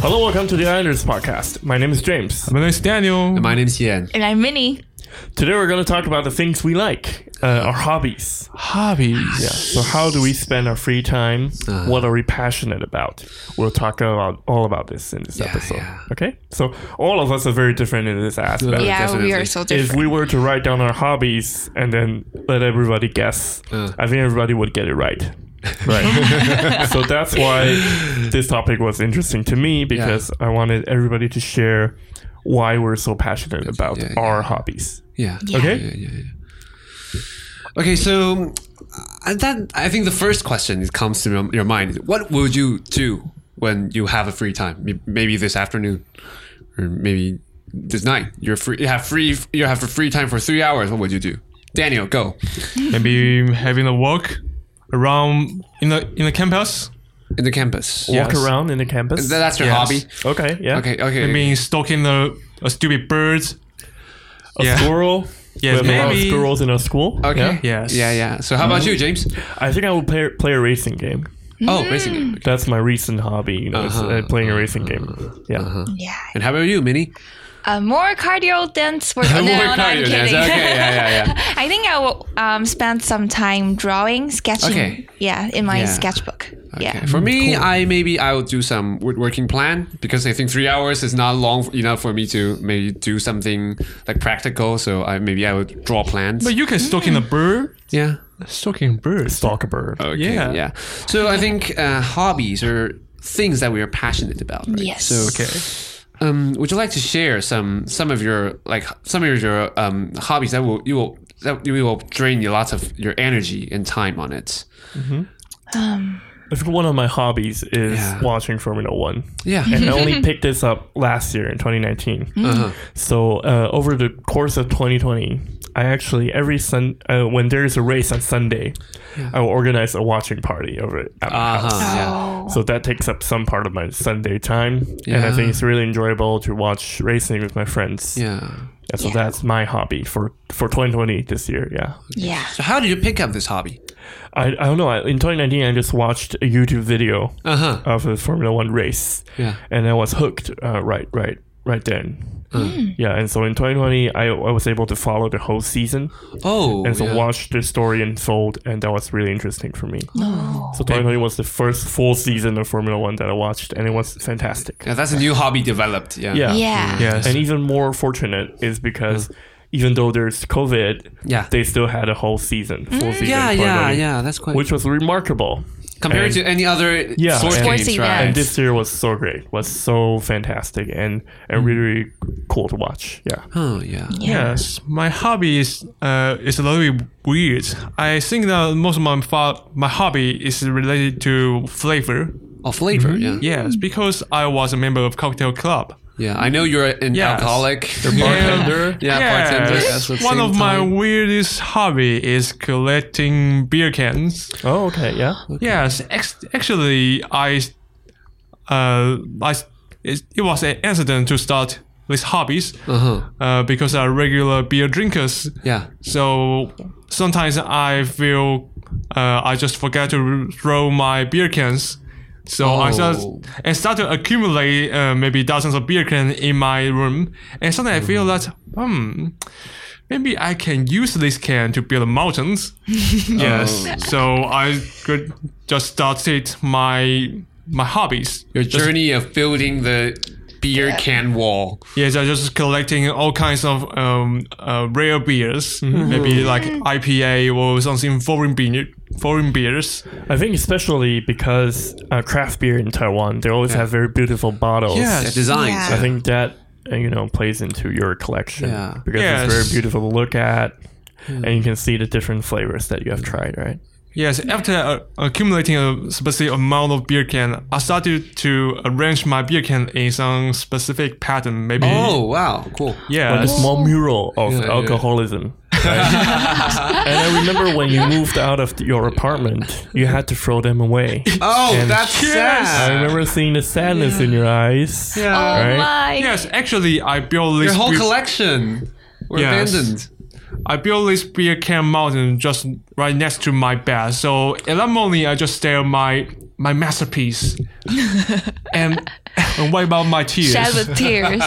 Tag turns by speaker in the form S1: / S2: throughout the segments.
S1: Hello, welcome to the Islanders podcast. My name is James.
S2: My name's Daniel.
S3: My
S4: Mm-hmm.
S3: name's Ian.
S4: And I'm Minnie.
S1: Today we're going to talk about the things we like, uh, our hobbies.
S2: Hobbies.
S1: Yeah. So how do we spend our free time?
S3: Uh-huh.
S1: What are we passionate about? We'll talk about all about this in this episode.
S3: yeah.
S1: Okay. So all of us are very different in this aspect.
S3: Yeah,
S4: yeah,
S3: definitely.
S4: we are so different.
S1: If we were to write down our hobbies and then let everybody guess,
S3: Uh.
S1: I think everybody would get it right. Right. so that's why this topic was interesting to me because I wanted everybody to share why we're so passionate about
S3: yeah.
S1: our hobbies.
S3: Yeah.
S4: Yeah.
S1: Okay.
S3: Yeah, yeah, yeah. Okay, so uh, that I think the first question that comes to your- your mind is what would you do when you have a free time? May- Maybe this afternoon, or maybe this night. You're free. You have free. You have free time for three hours. What would you do? Daniel, go.
S2: Maybe having a walk around in the in the campus.
S3: In the campus.
S1: Walk
S2: Yes.
S1: around in the campus.
S3: Th- That's your
S2: Yes.
S3: hobby.
S1: okay. Yeah.
S3: Okay. Okay.
S2: Maybe stalking the a stupid birds.
S1: A
S2: Yeah.
S1: squirrel.
S2: Yeah,
S1: We have a lot of
S2: maybe.
S1: squirrels in our school.
S3: Okay.
S1: Yeah.
S2: Yes. Mm-hmm.
S3: Yeah. Yeah. So how about you, James?
S1: I think I will play play a racing game.
S3: Oh,
S4: Mm.
S3: basically.
S1: That's my recent hobby. You know, is, uh,
S3: Uh-huh.
S1: playing a racing game. Yeah.
S4: yeah.
S3: And how about you, Minnie?
S4: Uh, more cardio dense work. no,
S3: More
S4: no, I'm
S3: cardio
S4: kidding.
S3: dense. Okay, yeah, yeah, yeah.
S4: I think I will um, spend some time drawing, sketching.
S3: Okay.
S4: Yeah, in my
S3: Yeah.
S4: sketchbook.
S3: Okay.
S4: Yeah.
S3: For me, I maybe I would do some woodworking plan because I think three hours is not long f- enough for me to maybe do something like practical. So I maybe I would draw plans.
S2: But you can stalking a bird.
S3: yeah.
S2: Stalking birds.
S1: Stalk a bird.
S3: Okay.
S2: Yeah.
S3: Yeah. So I think uh, hobbies are things that we are passionate about. Right?
S4: Yes.
S3: So
S2: Okay.
S3: um, would you like to share some some of your like some of your um, hobbies that will you will that you will drain you lots of your energy and time on it?
S1: I think one of my hobbies is
S3: Yeah.
S1: watching Formula One.
S3: Yeah.
S4: Mm-hmm.
S1: And I only picked this up last year in 2019.
S3: Uh-huh.
S1: So uh, over the course of 2020, I actually every sun uh, when there is a race on Sunday, I will organize a watching party over it at my
S3: Uh-huh.
S1: house.
S3: Yeah.
S4: Oh.
S1: So that takes up some part of my Sunday time, and I
S3: Yeah.
S1: think it's really enjoyable to watch racing with my friends.
S3: Yeah.
S1: And so that's my hobby for for 2020 this year. Yeah,
S4: Yeah.
S3: So how did you pick up this hobby?
S1: I, I don't know. I, in 2019, I just watched a YouTube video
S3: Uh huh.
S1: of a Formula One race.
S3: Yeah.
S1: and I was hooked uh, right right right then. Yeah, and so in 2020, I, I was able to follow the whole season
S3: Oh.
S1: and so
S3: yeah.
S1: watch the story unfold, and that was really interesting for me.
S4: Oh.
S1: So 2020 was the first full season of Formula One that I watched, and it was fantastic.
S3: Yeah, that's a new hobby developed. Yeah. Mm.
S1: Yeah.
S4: Yeah.
S2: Yes.
S1: And even more fortunate is because even though there's COVID,
S3: Yeah.
S1: they still had a whole season, full season.
S3: Yeah,
S1: for
S3: yeah,
S1: them,
S3: yeah, That's quite.
S1: Which was remarkable.
S3: compared
S1: and-
S3: to any other
S1: Yeah,
S3: sports
S1: and-
S3: games,
S4: Sports
S1: And
S3: right?
S4: events.
S1: this year was so great, was so fantastic, and,
S3: Mm.
S1: and really, really cool to watch. Yeah.
S3: oh yeah.
S2: Yes, my hobby is uh is a little bit weird. I think that most of my fo- my hobby is related to flavor.
S3: Oh, flavor.
S1: Mm-hmm.
S3: Yeah.
S2: Yes, because I was a member of cocktail club.
S3: Yeah. I know you're an
S2: Yes.
S3: alcoholic.
S1: bartender.
S3: Yeah, bartender. Yes, at the
S2: One
S3: same
S2: of my
S3: time.
S2: weirdest hobby is collecting beer cans.
S1: Oh, okay. Yeah.
S2: Yes, ex- actually, I, uh, I, it, it was an accident to start these hobbies,
S3: Uh-huh.
S2: uh, because I'm regular beer drinkers.
S3: Yeah.
S2: So sometimes I feel, uh, I just forget to r- throw my beer cans. So I just
S3: Oh.
S2: and start to accumulate uh, maybe dozens of beer cans in my room, and suddenly I feel that hmm, maybe I can use this can to build mountains. yes, so I could just started my my hobbies.
S3: Your journey of building the beer can wall.
S2: Yes, I just collecting all kinds of um, uh, rare beers,
S3: Mm-hmm.
S2: maybe like IPA or something foreign beer, foreign beers.
S1: I think especially because uh, craft beer in Taiwan, they always have very beautiful bottles.
S2: Yes.
S3: Yeah, designs.
S4: Yeah.
S1: I think that uh, you know plays into your collection
S3: Yeah.
S1: because
S2: Yes.
S1: it's very beautiful to look at, and you can see the different flavors that you have tried. Right?
S2: Yes, after uh, accumulating a specific amount of beer can, I started to arrange my beer can in some specific pattern. Maybe
S3: Oh wow, cool.
S1: Like
S2: yeah,
S1: a small mural of
S3: Yeah, yeah.
S1: alcoholism. right? and I remember when you moved out of your apartment, you had to throw them away.
S3: Oh,
S1: And-
S3: that's
S1: I
S3: sad.
S1: remember seeing the sadness in your eyes.
S4: Oh
S1: Right?
S4: my.
S2: yes. Actually, I built this
S3: Your whole
S2: beau-
S3: collection. We're
S2: Yes.
S3: abandoned.
S2: I built this beer can mountain just right next to my bed. So in the morning, I just stare at my my masterpiece, and and wipe out my tears.
S4: Shed with tears.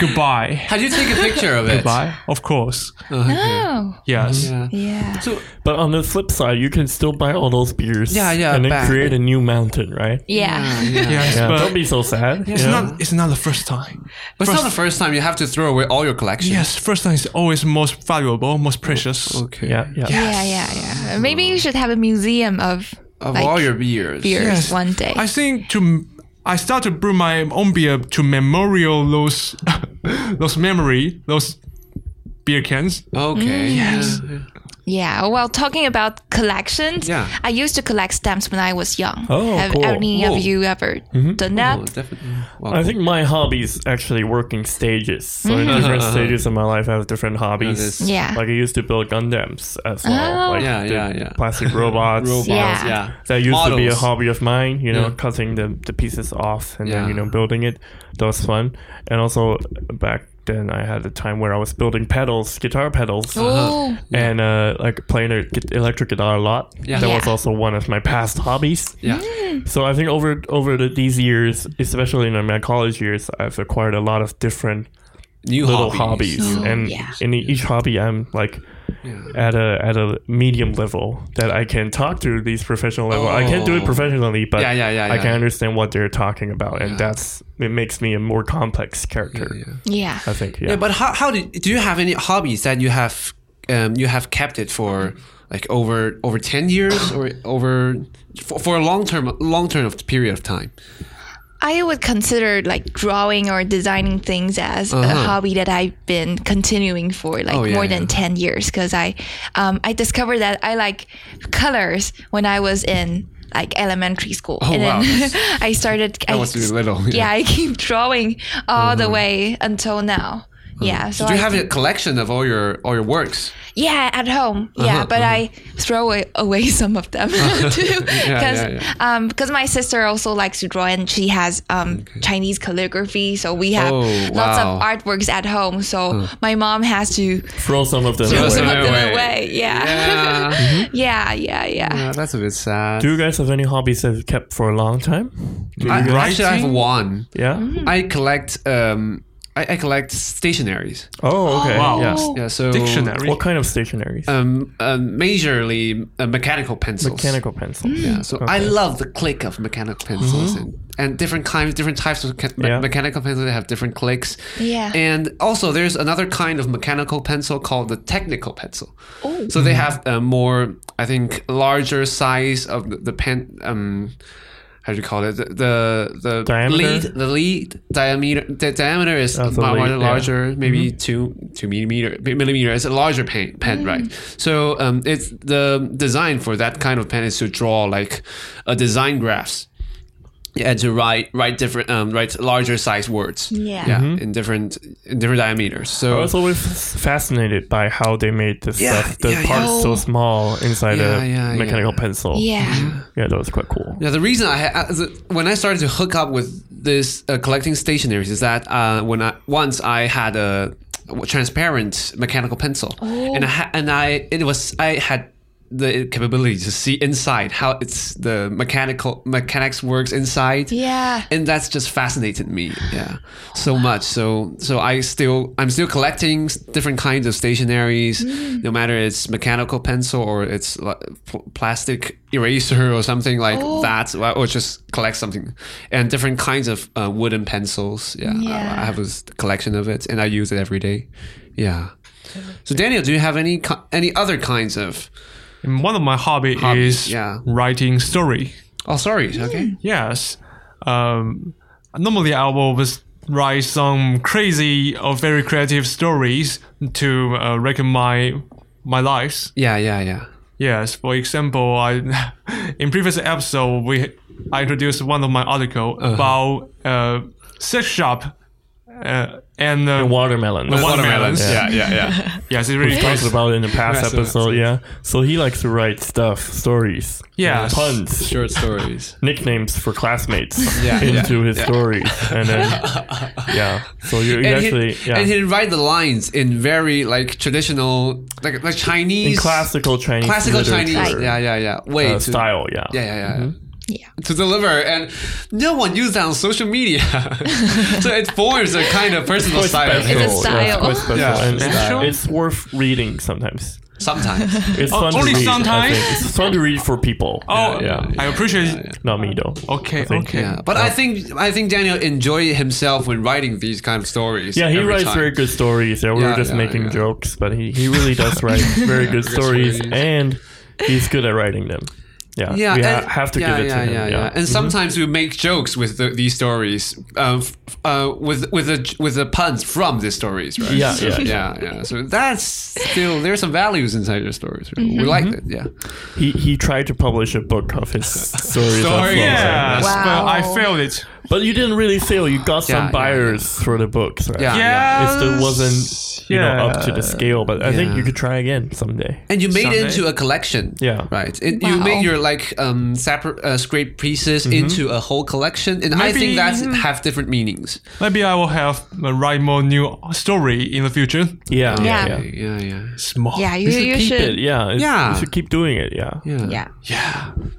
S2: Goodbye.
S3: How do you take a picture of it?
S2: Goodbye. Of course.
S4: Oh,
S2: Yes.
S3: Yeah.
S4: yeah.
S3: So
S1: But on the flip side, you can still buy all those beers.
S3: Yeah, yeah,
S1: And then
S3: back.
S1: create a new mountain, right?
S4: Yeah.
S2: Yes,
S1: Yeah,
S2: but
S1: don't be so sad.
S2: it's
S1: yeah.
S2: not. It's not the first time.
S3: but it's not the first time you have to throw away all your collection.
S2: Yes, first time is always most valuable, most precious.
S3: Oh, Okay.
S1: Yeah, yeah.
S4: Yeah, yeah, yeah. Maybe you should have a museum of,
S3: Of
S4: like,
S3: all your beers.
S4: beers
S2: Yes.
S4: one day.
S2: I think to I start to brew my own beer to memorial those those memory those beer cans.
S3: Oh, Okay. yes.
S4: yeah. Well, talking about collections,
S3: Yeah.
S4: I used to collect stamps when I was young.
S1: Oh,
S4: have
S1: cool.
S4: any
S3: Whoa.
S4: of you ever done
S3: Oh,
S4: that?
S3: definitely. Well,
S1: I think my hobby is actually working stages. So in
S3: Mm.
S1: different stages of my life, I have different hobbies.
S3: this-
S4: Yeah.
S1: Like I used to build Gundams as well.
S4: Oh.
S1: Like
S3: Yeah,
S1: the
S3: yeah, yeah.
S1: Plastic robots.
S3: robots.
S4: Yeah.
S3: Yeah.
S1: That used to be a
S3: Models.
S1: hobby of mine, you know,
S3: Yeah.
S1: cutting the, the pieces off and
S3: Yeah.
S1: then, you know, building it. That was fun. And also back then I had a time where I was building pedals, guitar pedals.
S3: Uh-huh.
S4: Oh,
S1: And uh, like playing a gui- electric guitar a lot.
S3: Yeah.
S1: That was
S4: Yeah.
S1: also one of my past hobbies.
S3: Yeah.
S1: So I think over over the, these years, especially in my college years, I've acquired a lot of different
S3: New
S1: little
S3: hobbies.
S1: hobbies,
S4: Oh,
S1: and
S4: yeah.
S1: in each hobby, I'm like at a at a medium level that I can talk to these professional level. I can't do it
S3: Oh.
S1: professionally, but
S3: Yeah, yeah, yeah,
S1: I
S3: yeah.
S1: can understand what they're talking about, and
S3: Yeah.
S1: that's it makes me a more complex character.
S4: yeah.
S1: I think, yeah.
S3: Yeah, but how, how do, do you have any hobbies that you have um, you have kept it for like over over ten years or over for, for a long term long term of period of time?
S4: I would consider like drawing or designing things as a
S3: Uh-huh.
S4: hobby that I've been continuing for like
S3: Oh, yeah,
S4: more than
S3: yeah.
S4: 10 years because I um, I discovered that I like colors when I was in like elementary school. and
S3: Oh, wow.
S4: then I started I,
S3: was really little, yeah.
S4: Yeah. I keep drawing all the way until now. Yeah,
S3: do
S4: so
S3: Uh-huh. you
S4: I
S3: have
S4: think-
S3: a collection of all your all your works?
S4: yeah, at home.
S3: Uh-huh,
S4: Yeah, but I throw a- away some of them too, because
S3: yeah,
S4: because my sister also likes to draw and she has um, Chinese calligraphy, so we have
S3: Oh,
S4: lots
S3: wow.
S4: of artworks at home. So my mom has to
S1: Throw some of them.
S4: throw
S1: away.
S4: some
S3: them
S4: of them
S3: away.
S4: away. Yeah. yeah, yeah, yeah,
S3: Yeah, that's a bit sad.
S1: Do you guys have any hobbies that you've kept for a long time? Do you
S3: I,
S1: guys-
S3: actually, I have one.
S1: yeah.
S3: I collect um, I, I collect stationaries.
S1: Oh, okay.
S2: Wow.
S1: Yeah.
S3: Yeah, so
S2: Dictionary.
S1: What kind of stationaries?
S3: Um, um, majorly uh, mechanical pencils.
S1: Mechanical pencils.
S3: Yeah, so I love the click of mechanical pencils and, and different kinds, different types of ca- me-
S1: Mm-hmm. Yeah.
S3: mechanical pencils. They have different clicks.
S4: Yeah.
S3: And also, there's another kind of mechanical pencil called the technical pencil. So they have
S1: Mm-hmm.
S3: a more, I think, larger size of the, the pen. Um, how do you call it? The the, the
S1: Diameter?
S3: lead the lead diameter the diameter is
S1: Oh, the
S3: mu-
S1: lead,
S3: much
S1: yeah.
S3: larger, maybe two two millimeter millimeter. It's a larger pen, pen right? So um, it's the design for that kind of pen is to draw like a design graphs. Yeah, to write write different um, write larger size words.
S4: Yeah.
S3: yeah, in different in different diameters.
S1: I
S3: So
S1: was always fascinated by how they made the
S3: Yeah,
S1: stuff, the
S3: yeah, yeah.
S1: parts so
S4: Oh.
S1: small inside
S3: Yeah,
S1: a
S3: yeah,
S1: mechanical
S3: yeah.
S1: pencil.
S4: yeah.
S1: yeah, that was quite cool.
S3: Yeah, the reason I ha- uh, the- when I started to hook up with this uh, collecting stationaries is that uh, when I once I had a transparent mechanical pencil, and I ha- and I it was I had the capability to see inside how it's the mechanical mechanics works inside.
S4: Yeah.
S3: and that's just fascinated me. Yeah, so much. So so I still I'm still collecting s- different kinds of stationaries, no matter it's mechanical pencil or it's like pl- plastic eraser or something like that, or or just collect something and different kinds of uh, wooden pencils. Yeah, I-
S4: Yeah.
S3: I, have a s- collection of it and I use it every day. Yeah. So Daniel, do you have any ki- any other kinds of?
S2: And one of my hobby
S3: Hobbies,
S2: is
S3: yeah.
S2: writing story.
S3: Oh, sorry. Okay.
S2: Yes. Um, normally I will just write some crazy or very creative stories to uh, reckon my my lives.
S3: Yeah, yeah, yeah.
S2: Yes, for example, I in previous episode we I introduced one of my article about uh, sex shop uh, and uh,
S1: watermelon.
S2: The watermelon.
S3: Watermelons.
S2: Yeah.
S3: Yeah, yeah, yeah.
S2: yes, it really
S1: we talked
S2: is.
S1: about it in the past
S3: Yes,
S1: episode, yeah. So he likes to write stuff, stories,
S2: Yeah.
S1: puns,
S3: Short stories.
S1: nicknames for classmates
S3: Yeah,
S1: into
S3: yeah,
S1: his
S3: yeah.
S1: stories, and then yeah. So you, you
S3: And
S1: actually
S3: he'd,
S1: yeah.
S3: and he'd write the lines in very like traditional, like like Chinese,
S1: in classical Chinese,
S3: classical Chinese,
S1: literature,
S3: yeah, yeah, yeah, way
S1: uh,
S3: to,
S1: style, yeah,
S3: yeah, yeah, yeah.
S4: Mm-hmm. Yeah.
S3: to deliver, and no one used that on social media, so it forms a kind of personal
S1: Quite
S3: style.
S1: special,
S4: It's a
S1: yeah, it's
S4: style.
S1: quite special,
S3: Yeah.
S1: and
S2: Style.
S1: it's worth reading sometimes.
S3: Sometimes,
S1: It's fun
S2: Oh, only
S1: to read. I
S2: sometimes?
S1: think. It's fun to read for people.
S2: Oh,
S1: yeah,
S2: I appreciate it.
S1: not me though.
S2: Okay,
S1: I think.
S2: okay.
S3: yeah. But I think I think Daniel enjoyed himself when writing these kind of stories.
S1: Yeah, he
S3: every
S1: writes
S3: time.
S1: very good stories. Yeah, we were
S3: Yeah,
S1: just
S3: yeah,
S1: making
S3: yeah.
S1: jokes, but he, he really does write very good
S3: good
S1: stories,
S3: stories.
S1: and he's good at writing them. Yeah,
S3: Yeah,
S1: Uh, we ha-
S3: and-
S1: have to
S3: yeah,
S1: give it
S3: yeah,
S1: to him. Mm-hmm.
S3: Yeah, yeah. And sometimes we make jokes with the, these stories, uh, f- uh, with with the with the puns from these stories, right?
S1: Yeah,
S3: So,
S1: yeah,
S3: yeah, yeah. So that's still there's some values inside your stories. Right?
S4: Mm-hmm.
S3: We like it. Yeah,
S1: he he tried to publish a book of his stories. as well,
S2: Yes,
S4: Wow.
S2: but I failed it.
S1: but you didn't really sell. You got
S3: Yeah,
S1: some
S3: yeah,
S1: buyers for the books. Right?
S3: yeah, yeah.
S2: Yes.
S1: it still wasn't you know up to the
S2: Um, Yeah.
S1: scale. But I think
S3: Yeah.
S1: you could try again someday.
S3: And you made
S2: Someday.
S3: it into a collection.
S1: Yeah.
S3: right. It, You
S4: Wow.
S3: made your like um separate uh, scrape pieces
S1: Mm-hmm.
S3: into a whole collection, and I
S2: Maybe-
S3: think that's have different meanings.
S2: Maybe I will have uh, write more new story in the future.
S1: Yeah,
S4: Yeah.
S1: yeah.
S3: Yeah, yeah,
S2: Small.
S4: Yeah, you,
S1: You should
S4: you
S1: keep
S4: should.
S1: it. Yeah, It's-
S3: Yeah.
S1: You should keep doing it. Yeah.
S3: yeah.
S4: Yeah.
S3: Yeah.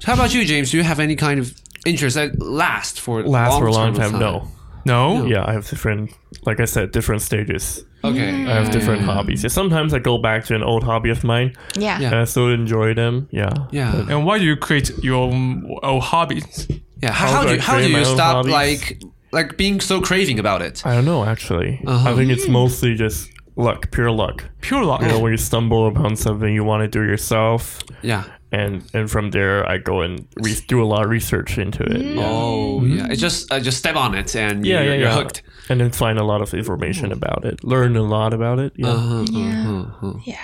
S3: How about you, James? Do you have any kind of interest that last for
S1: Last for a long
S3: term
S1: time.
S3: of
S1: No.
S2: No.
S1: Yeah, I have different, like I said, different stages.
S3: Okay.
S1: I have different hobbies. Yeah, sometimes I go back to an old hobby of mine,
S4: Yeah.
S3: Yeah.
S1: and I still enjoy them. Yeah.
S3: Yeah.
S2: And why do you create your own, own hobbies?
S3: Yeah. How,
S1: How
S3: how
S1: do
S3: do
S1: I
S3: you, how do
S1: create my
S3: you
S1: own
S3: stop
S1: hobbies?
S3: like like being so craving about it?
S1: I don't know actually. I think it's mostly just luck, pure luck.
S2: Pure luck.
S1: You know, when you stumble upon something you want to do yourself,
S3: Yeah.
S1: and and from there I go and re- do a lot of research into it. Yeah.
S3: Oh yeah. It's just uh, just step on it and
S1: Mm-hmm. Yeah,
S3: you're,
S1: yeah,
S3: you're
S1: yeah.
S3: hooked. Mm.
S1: And then find a lot of information about it, learn a lot about it. Yeah.
S3: Uh-huh.
S4: Yeah.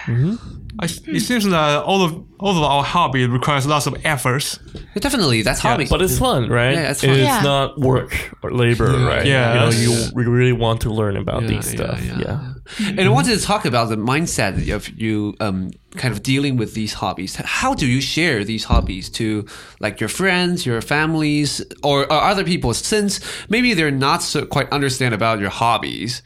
S2: I, it seems that all of all of our hobby requires lots of efforts.
S3: Yeah, definitely, that's hobby.
S1: But it's fun, right?
S3: Yeah, it's fun.
S4: Yeah.
S1: not work or labor, right?
S2: Yeah.
S1: You know, you really want to learn about
S3: Yeah,
S1: these
S3: yeah,
S1: stuff.
S3: yeah.
S1: Yeah.
S3: and I wanted to talk about the mindset of you um, kind of dealing with these hobbies. How do you share these hobbies to like your friends, your families, or, or other people? Since maybe they're not so quite understand about your hobbies,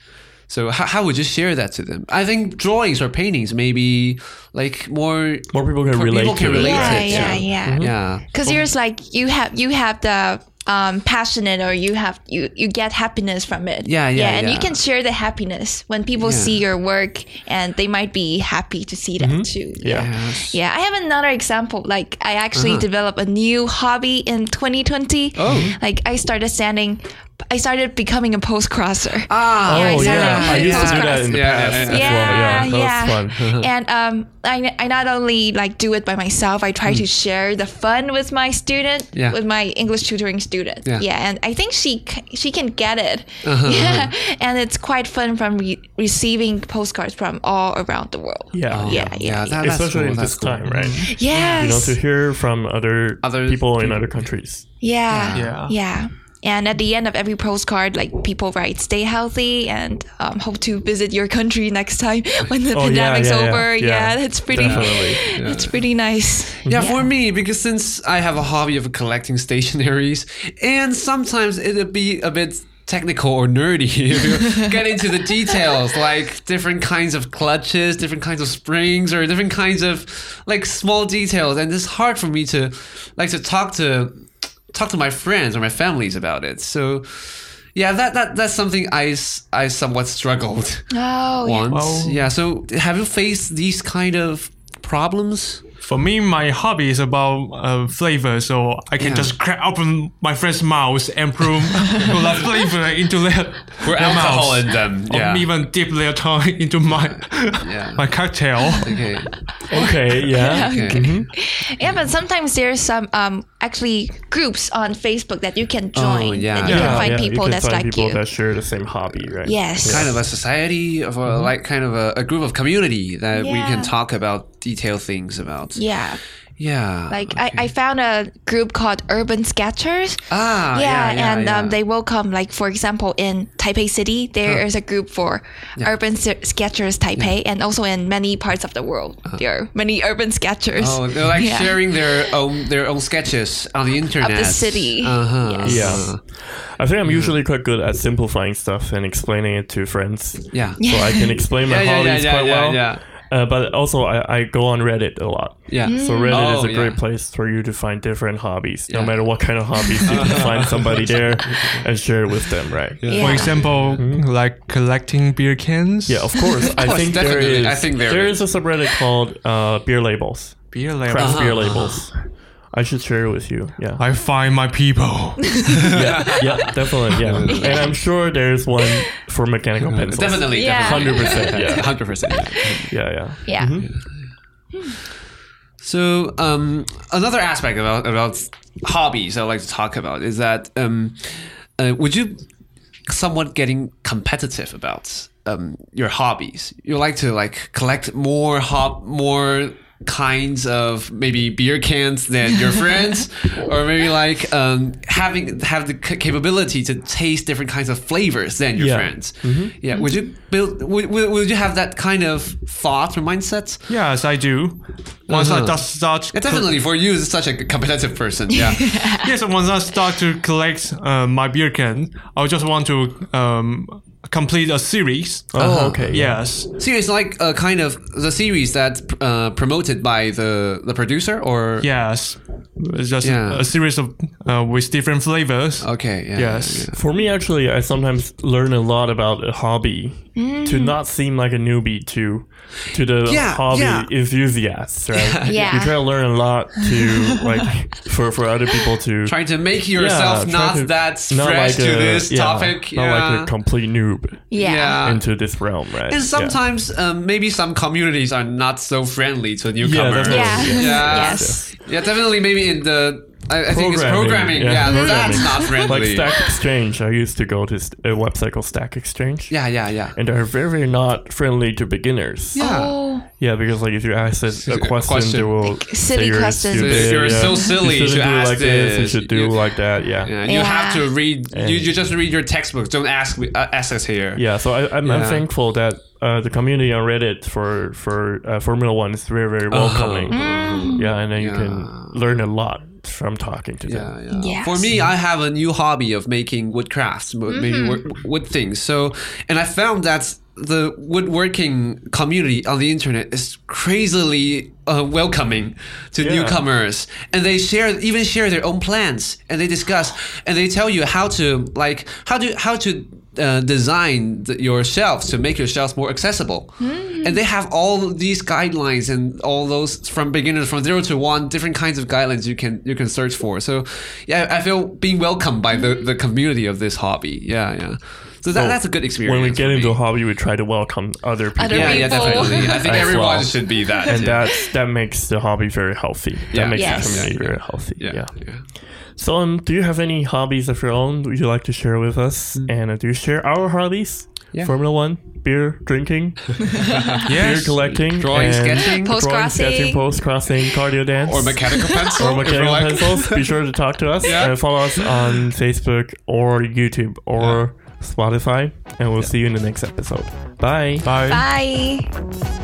S3: so how, how would you share that to them? I think drawings or paintings maybe like more
S1: More people can
S3: more
S1: relate
S3: people
S1: to
S3: can
S1: it.
S3: relate
S4: Yeah.
S3: to it. Uh-huh.
S4: Yeah. Yeah.
S3: yeah.
S4: Because yours like you have you have the um passionate or you have you you get happiness from it.
S3: Yeah, yeah,
S4: And you
S3: yeah.
S4: can share the happiness when people
S3: Yeah.
S4: see your work, and they might be happy to see that
S3: Mm-hmm.
S4: too.
S1: Yeah.
S3: Yes.
S4: Yeah, I have another example. Like I actually developed a new hobby in 2020.
S3: Uh-huh. Oh.
S4: Like I started standing, I started becoming a post crosser.
S3: Ah,
S4: Yeah,
S1: Oh,
S4: exactly.
S1: yeah. I used to do that in the
S3: Yeah,
S1: past
S3: yeah,
S1: as
S3: yeah.
S1: well. Yeah. That was fun.
S4: and um, I, I not only like do it by myself, I try to share the fun with my student,
S3: Yeah.
S4: with my English tutoring student.
S3: Yeah.
S4: and I think she c- she can get it. Yeah, and it's quite fun from re- receiving postcards from all around the world.
S1: Yeah.
S4: yeah, yeah.
S3: yeah. That, that's
S1: Especially
S3: cool,
S1: in
S3: that's
S1: this
S3: cool.
S1: time, right?
S4: Mm-hmm. Yes.
S1: You know, to hear from other,
S3: Other
S1: people in other countries.
S4: Yeah.
S2: Yeah.
S4: Yeah. And at the end of every postcard, like people write, stay healthy and um, hope to visit your country next time when the
S1: Oh, yeah,
S4: pandemic's
S1: yeah, yeah,
S4: over. Yeah,
S1: yeah.
S4: that's pretty.
S1: Definitely,
S4: That's pretty nice.
S3: Yeah, for me, because since I have a hobby of collecting stationaries, and sometimes it'd be a bit technical or nerdy if you get into the details, like different kinds of clutches, different kinds of springs, or different kinds of like small details, and it's hard for me to like to talk to talk to my friends or my families about it. So. Yeah, that, that that's something I, s- I somewhat struggled
S4: Oh, yeah.
S3: once. yeah, so have you faced these kind of problems?
S2: For me, my hobby is about uh, flavor, so I can just crack open my friend's mouth and prove pull that flavor into their,
S3: Or
S2: their
S3: alcohol
S2: mouth.
S3: in them.
S2: Or
S3: Yeah.
S2: even dip their tongue into my
S3: Yeah.
S2: my cocktail.
S3: Okay.
S1: Okay. Yeah.
S3: Okay.
S4: Yeah, but sometimes there's some um, actually groups on Facebook that you can join.
S3: yeah.
S4: And you
S1: Yeah,
S4: can find
S1: yeah, you
S4: people
S1: can
S4: that's
S1: find
S4: like
S1: people
S4: you.
S1: that share the same hobby, right?
S4: yes.
S3: Kind of a society of a, like kind of a, a group of community that we can
S4: Yeah.
S3: talk about detailed things about.
S4: yeah.
S3: Yeah.
S4: Like I, I found a group called Urban Sketchers.
S3: Ah,
S4: yeah,
S3: yeah, yeah,
S4: and Um,
S3: yeah.
S4: they welcome like for example in Taipei City there is a group for Urban s- Sketchers Taipei, and also in many parts of the world there are many Urban Sketchers.
S3: Oh, they're like
S4: Yeah.
S3: sharing their own their own sketches on the internet
S4: city.
S3: Uh huh.
S4: Yes.
S1: Yeah. I think I'm usually quite good at simplifying stuff and explaining it to friends.
S3: Yeah.
S1: So I can explain my
S3: Yeah, yeah, yeah,
S1: hobbies
S3: yeah,
S1: quite
S3: yeah,
S1: well.
S3: yeah.
S1: Uh, but also, I, I go on Reddit a lot.
S3: Yeah.
S4: Mm.
S1: So Reddit is
S3: Oh,
S1: a great
S3: yeah.
S1: place for you to find different hobbies.
S3: Yeah.
S1: No matter what kind of hobbies, you can find somebody there and share it with them, right? Yeah,
S2: For example, like collecting beer cans.
S1: of course. I
S3: course,
S1: think there
S3: definitely.
S1: is.
S3: I think there
S1: there
S3: is.
S1: is a subreddit called uh, beer labels,
S2: Beer label.
S1: craft beer
S3: Uh-huh.
S1: labels. I should share it with you. Yeah.
S2: I find my people.
S1: yeah, yeah, definitely, yeah. And I'm sure there's one for mechanical pencils.
S3: Definitely.
S4: Yeah.
S1: hundred percent.
S3: Definitely.
S1: Yeah,
S3: Hundred percent.
S1: yeah, yeah.
S4: Yeah.
S3: So um, another aspect about about hobbies I like to talk about is that um, uh, would you somewhat getting competitive about um, your hobbies? You like to like collect more hob more kinds of maybe beer cans than your friends or maybe like um, having have the c- capability to taste different kinds of flavors than your
S1: Yeah.
S3: friends yeah would you build would, would, would you have that kind of thought or mindset
S2: yes, I do. Once I
S3: Uh-huh.
S2: just start,
S3: yeah, definitely for you, it's such a competitive person. Yeah.
S2: yes, once I start to collect uh, my beer can, I just want to um, complete a series.
S1: Oh, okay.
S2: Yes.
S3: See, it's like a kind of the series that's uh, promoted by the the producer or
S2: Yes. It's just
S3: Yeah.
S2: a series of uh, with different flavors.
S3: Okay. Yeah,
S2: Yes.
S1: For me, actually, I sometimes learn a lot about a hobby to not seem like a newbie to to the
S3: Mm. Yeah,
S1: hobby
S3: yeah.
S1: enthusiasts, right?
S4: Yeah.
S1: You try to learn a lot to like for for other people to
S3: Trying to make
S1: yeah,
S3: yourself
S1: try
S3: not
S1: to-
S3: that
S1: not
S3: fresh
S1: like
S3: to
S1: a-
S3: this
S1: yeah,
S3: topic.
S1: Not
S3: yeah.
S1: like a complete noob
S4: Yeah.
S3: Yeah.
S1: into this realm, right?
S3: and
S1: Yeah.
S3: sometimes um, maybe some communities are not so friendly to newcomers.
S1: definitely.
S4: Yeah.
S1: Yeah.
S4: Yes.
S3: Yeah, definitely. Maybe in the I, I think it's
S1: Programming,
S3: programming.
S1: yeah.
S3: Yeah,
S1: Programming.
S3: that's not
S1: Like
S3: friendly.
S1: Stack Exchange, I used to go to st- a website called Stack Exchange.
S3: yeah, yeah, yeah.
S1: And they're very, very not friendly to beginners.
S3: Yeah.
S4: Oh.
S1: Yeah, because like if you ask it a
S3: a
S1: question,
S3: question.
S1: they will
S4: Like,
S1: say
S4: silly
S1: you're
S4: questions.
S1: stupid.
S3: You're
S1: yeah.
S3: so silly,
S1: You
S3: you
S1: shouldn't
S3: should
S1: do
S3: ask
S1: like this. You
S3: this.
S1: should do
S3: You-
S1: like that. Yeah.
S3: Yeah,
S1: Yeah.
S3: you have
S4: Yeah.
S3: to read. You,
S1: And-
S3: you just read your textbook. Don't ask me- uh, ask us here.
S1: so I, I'm, I'm
S3: Yeah.
S1: thankful that uh, the community on Reddit for for uh, Formula One is very very welcoming.
S4: Mm.
S1: Yeah, and then you
S3: Uh-huh. Yeah.
S1: can learn a lot from talking to them.
S3: Yeah, yeah.
S4: Yes.
S3: For me, I have a new hobby of making wood crafts, mo- maybe wood, wood things. So, and I found that the woodworking community on the internet is crazily uh, welcoming to
S1: Yeah.
S3: newcomers, and they share even share their own plans, and they discuss, and they tell you how to like how to how to. Uh, design the, your shelves to make your shelves more accessible, and they have all these guidelines and all those from beginners from zero to one different kinds of guidelines you can you can search for. So yeah, I feel being welcomed by the, the community of this hobby. Yeah, yeah. So that,
S1: So
S3: that's a good experience.
S1: When we
S3: for
S1: get
S3: me.
S1: into a hobby, we try to welcome other people.
S4: Other
S3: yeah, yeah,
S4: people.
S3: definitely. I think
S1: As
S3: everyone
S1: well.
S3: should be that.
S1: and
S3: yeah.
S1: that's that makes the hobby very healthy.
S3: Yeah.
S1: That makes
S4: Yes.
S1: the community
S3: Yeah.
S1: very healthy. Yeah.
S3: yeah, yeah.
S1: So, um, do you have any hobbies of your own that you like to share with us? And uh, do you share our hobbies?
S3: Mm. Yeah.
S1: Formula One, beer drinking, beer
S2: Yes.
S1: collecting,
S3: Drawing,
S1: and
S3: sketching,
S4: Post
S1: drawing, sketching,
S4: crossing.
S1: post crossing, cardio dance,
S3: or mechanical pencil.
S1: or mechanical
S3: if you like.
S1: pencils. Be sure to talk to us.
S3: Yeah.
S1: Uh, follow us on Facebook or YouTube or Spotify, and we'll see you in the next episode. Bye.
S4: Bye.